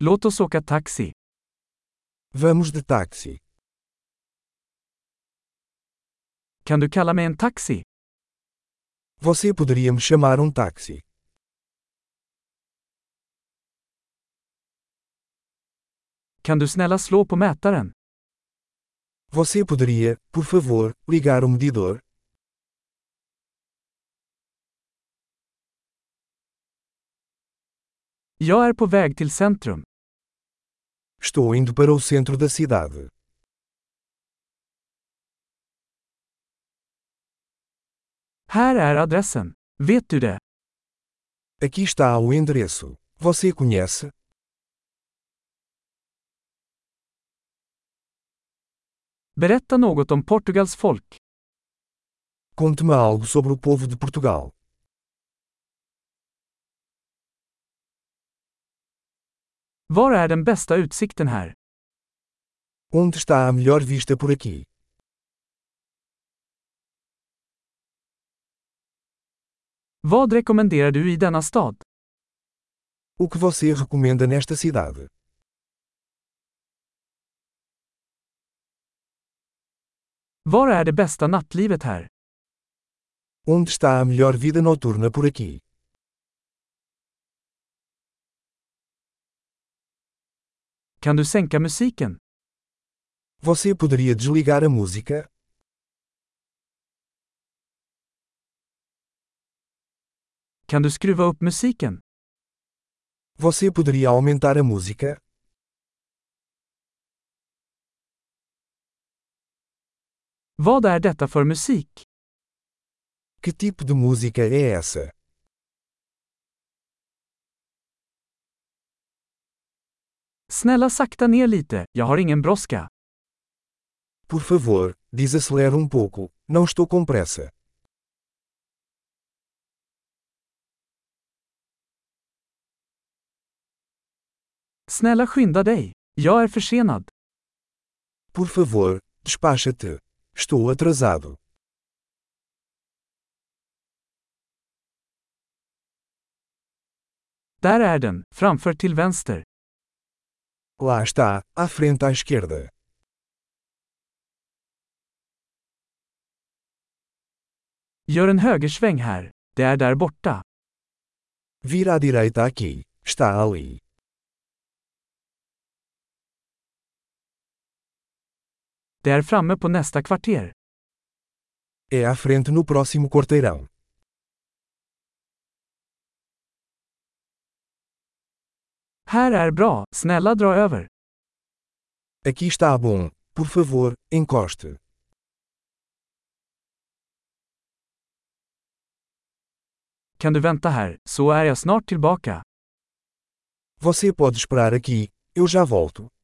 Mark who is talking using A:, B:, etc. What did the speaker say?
A: Låt oss åka taxi.
B: Vamos de táxi.
A: Kan du kalla mig en taxi?
B: Você poderia me chamar um táxi?
A: Kan du snälla slå på mätaren?
B: Você poderia, por favor, ligar o medidor?
A: Jag är på väg till centrum.
B: Estou indo para o centro da cidade.
A: Här är adressen. Vet du det?
B: Aqui está o endereço. Você conhece?
A: Berätta något om Portugals folk.
B: Conte-me algo sobre o povo de Portugal.
A: Var är den bästa utsikten här?
B: Onde está a melhor vista por aqui?
A: Vad rekommenderar du i denna stad?
B: O que você recomenda nesta cidade?
A: Var är det bästa nattlivet här?
B: Onde está a melhor vida noturna por aqui?
A: Kan du sänka musiken?
B: Você poderia desligar a música?
A: Kan du skruva upp musiken?
B: Você poderia aumentar a música?
A: Vad är detta för musik?
B: Que tipo de música é essa?
A: Snälla sakta ner lite, jag har ingen brådska.
B: Por favor, desacelere um pouco, não estou com pressa.
A: Snälla skynda dig. Jag är försenad.
B: Por favor, despacha-te. Estou atrasado.
A: Där är den, framför till vänster.
B: Lá está, à frente à esquerda.
A: Gör en högersväng här. Det är där borta.
B: Vira à direita aqui, está ali.
A: Det är framme på nästa kvarter.
B: É à frente no próximo quarteirão.
A: Här är bra, snälla dra över.
B: Aqui está bom, por favor, encoste.
A: Kan du vänta här, så är jag snart tillbaka.
B: Você pode esperar aqui, eu já volto.